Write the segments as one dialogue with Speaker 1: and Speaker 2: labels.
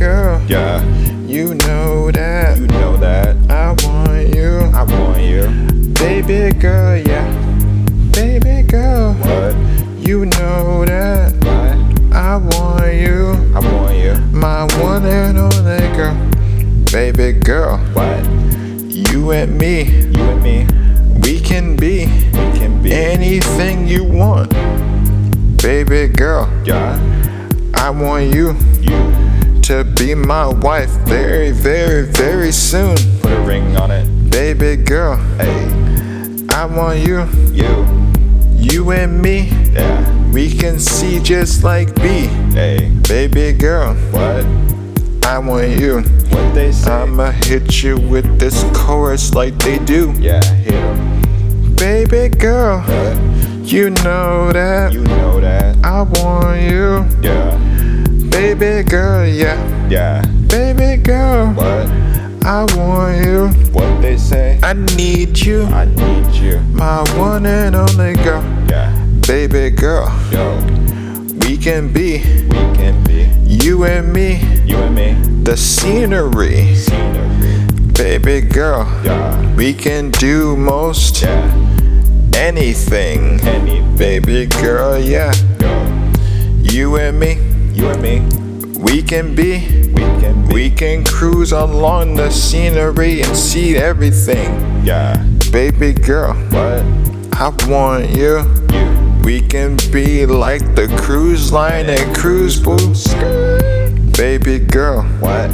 Speaker 1: Yeah,
Speaker 2: You know that
Speaker 1: you know that.
Speaker 2: I want you,
Speaker 1: I want you.
Speaker 2: baby girl, yeah, baby girl.
Speaker 1: What?
Speaker 2: You know that
Speaker 1: What?
Speaker 2: I want you,
Speaker 1: I want you.
Speaker 2: my one and only girl, baby girl.
Speaker 1: What?
Speaker 2: You and me,
Speaker 1: You and me,
Speaker 2: we can be
Speaker 1: we can be.
Speaker 2: Eh. anything you want, baby girl.
Speaker 1: yeah,
Speaker 2: I want you
Speaker 1: you.
Speaker 2: to be my wife very, very, very soon,
Speaker 1: Put a ring on it.
Speaker 2: baby girl.
Speaker 1: Hey,
Speaker 2: I want you,
Speaker 1: you.
Speaker 2: you and me.
Speaker 1: Yeah.
Speaker 2: We can see just like B,
Speaker 1: Hey,
Speaker 2: baby girl.
Speaker 1: what?
Speaker 2: I want you.
Speaker 1: What they say?
Speaker 2: I'ma hit you with this chorus like they do,
Speaker 1: yeah, hit 'em.
Speaker 2: baby girl.
Speaker 1: What?
Speaker 2: You know that
Speaker 1: You know that.
Speaker 2: I want you,
Speaker 1: Yeah,
Speaker 2: baby girl. Yeah,
Speaker 1: yeah.
Speaker 2: baby girl.
Speaker 1: What?
Speaker 2: I want you.
Speaker 1: What they say?
Speaker 2: I need you,
Speaker 1: I need you.
Speaker 2: my one and only girl,
Speaker 1: Yeah,
Speaker 2: baby girl.
Speaker 1: yo.
Speaker 2: We can be
Speaker 1: We can be.
Speaker 2: you and me,
Speaker 1: You and me.
Speaker 2: the scenery,
Speaker 1: Scenery.
Speaker 2: baby girl.
Speaker 1: Yeah,
Speaker 2: We can do most
Speaker 1: yeah.
Speaker 2: anything,
Speaker 1: Anything.
Speaker 2: baby girl. Yeah,
Speaker 1: Yo.
Speaker 2: you and me,
Speaker 1: You and me.
Speaker 2: we can be.
Speaker 1: We can be.
Speaker 2: We can cruise along the scenery and see everything,
Speaker 1: Yeah.
Speaker 2: baby girl.
Speaker 1: What?
Speaker 2: I want you.
Speaker 1: You.
Speaker 2: We can be like the cruise line and cruise boats, baby girl.
Speaker 1: What?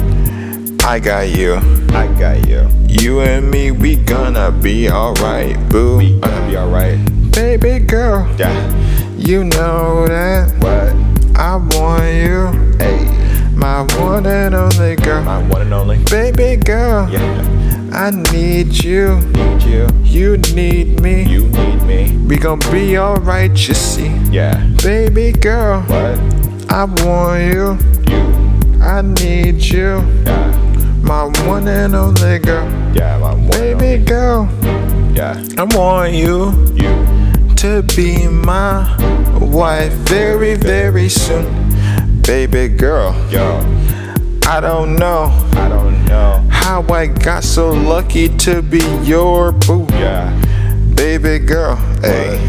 Speaker 2: I got you.
Speaker 1: I got you.
Speaker 2: You and me, we gonna be alright,
Speaker 1: We
Speaker 2: boo.
Speaker 1: gonna be alright.
Speaker 2: Baby girl,
Speaker 1: Yeah.
Speaker 2: you know that
Speaker 1: What?
Speaker 2: I want you,
Speaker 1: Hey.
Speaker 2: my one and only girl.
Speaker 1: My one and only.
Speaker 2: Baby girl,
Speaker 1: Yeah.
Speaker 2: I need you,
Speaker 1: Need you.
Speaker 2: you need me.
Speaker 1: You need me.
Speaker 2: We gon' be alright, you see.
Speaker 1: Yeah.
Speaker 2: Baby girl,
Speaker 1: What?
Speaker 2: I want you,
Speaker 1: You.
Speaker 2: I need you,
Speaker 1: Yeah.
Speaker 2: my one and only girl.
Speaker 1: Yeah. My one and
Speaker 2: Baby girl,
Speaker 1: only. Yeah.
Speaker 2: I want you.
Speaker 1: You.
Speaker 2: to be my wife very, very soon. Baby girl,
Speaker 1: Yo.
Speaker 2: I don't know
Speaker 1: I don't know.
Speaker 2: how I got so lucky to be your boo.
Speaker 1: Yeah.
Speaker 2: Baby girl, hey,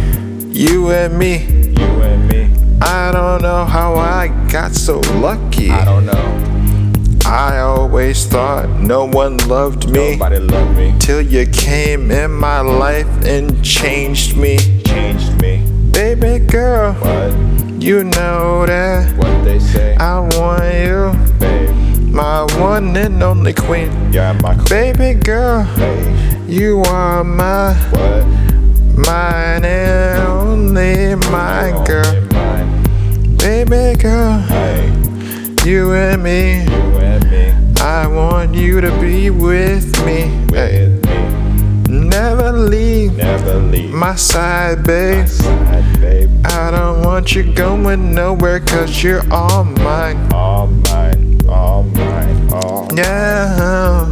Speaker 2: you and me,
Speaker 1: You and me.
Speaker 2: I don't know how I got so lucky.
Speaker 1: I don't know.
Speaker 2: I always thought no one loved me
Speaker 1: Nobody loved me.
Speaker 2: till you came in my life and changed me.
Speaker 1: Changed me.
Speaker 2: Baby girl,
Speaker 1: What?
Speaker 2: you know that
Speaker 1: What they say?
Speaker 2: I want you.
Speaker 1: Babe.
Speaker 2: My one and only queen.
Speaker 1: Yeah. My.
Speaker 2: Baby girl,
Speaker 1: Hey.
Speaker 2: you are my,
Speaker 1: What?
Speaker 2: mine and only my girl.
Speaker 1: Only Mine.
Speaker 2: Baby girl,
Speaker 1: Hey.
Speaker 2: you and me.
Speaker 1: You and me.
Speaker 2: I want you to be with me. Hey,
Speaker 1: With me.
Speaker 2: never leave
Speaker 1: Never leave.
Speaker 2: my side, babe.
Speaker 1: side, babe.
Speaker 2: I don't want you going nowhere, cause you're all mine.
Speaker 1: All mine, all mine, all
Speaker 2: Yeah.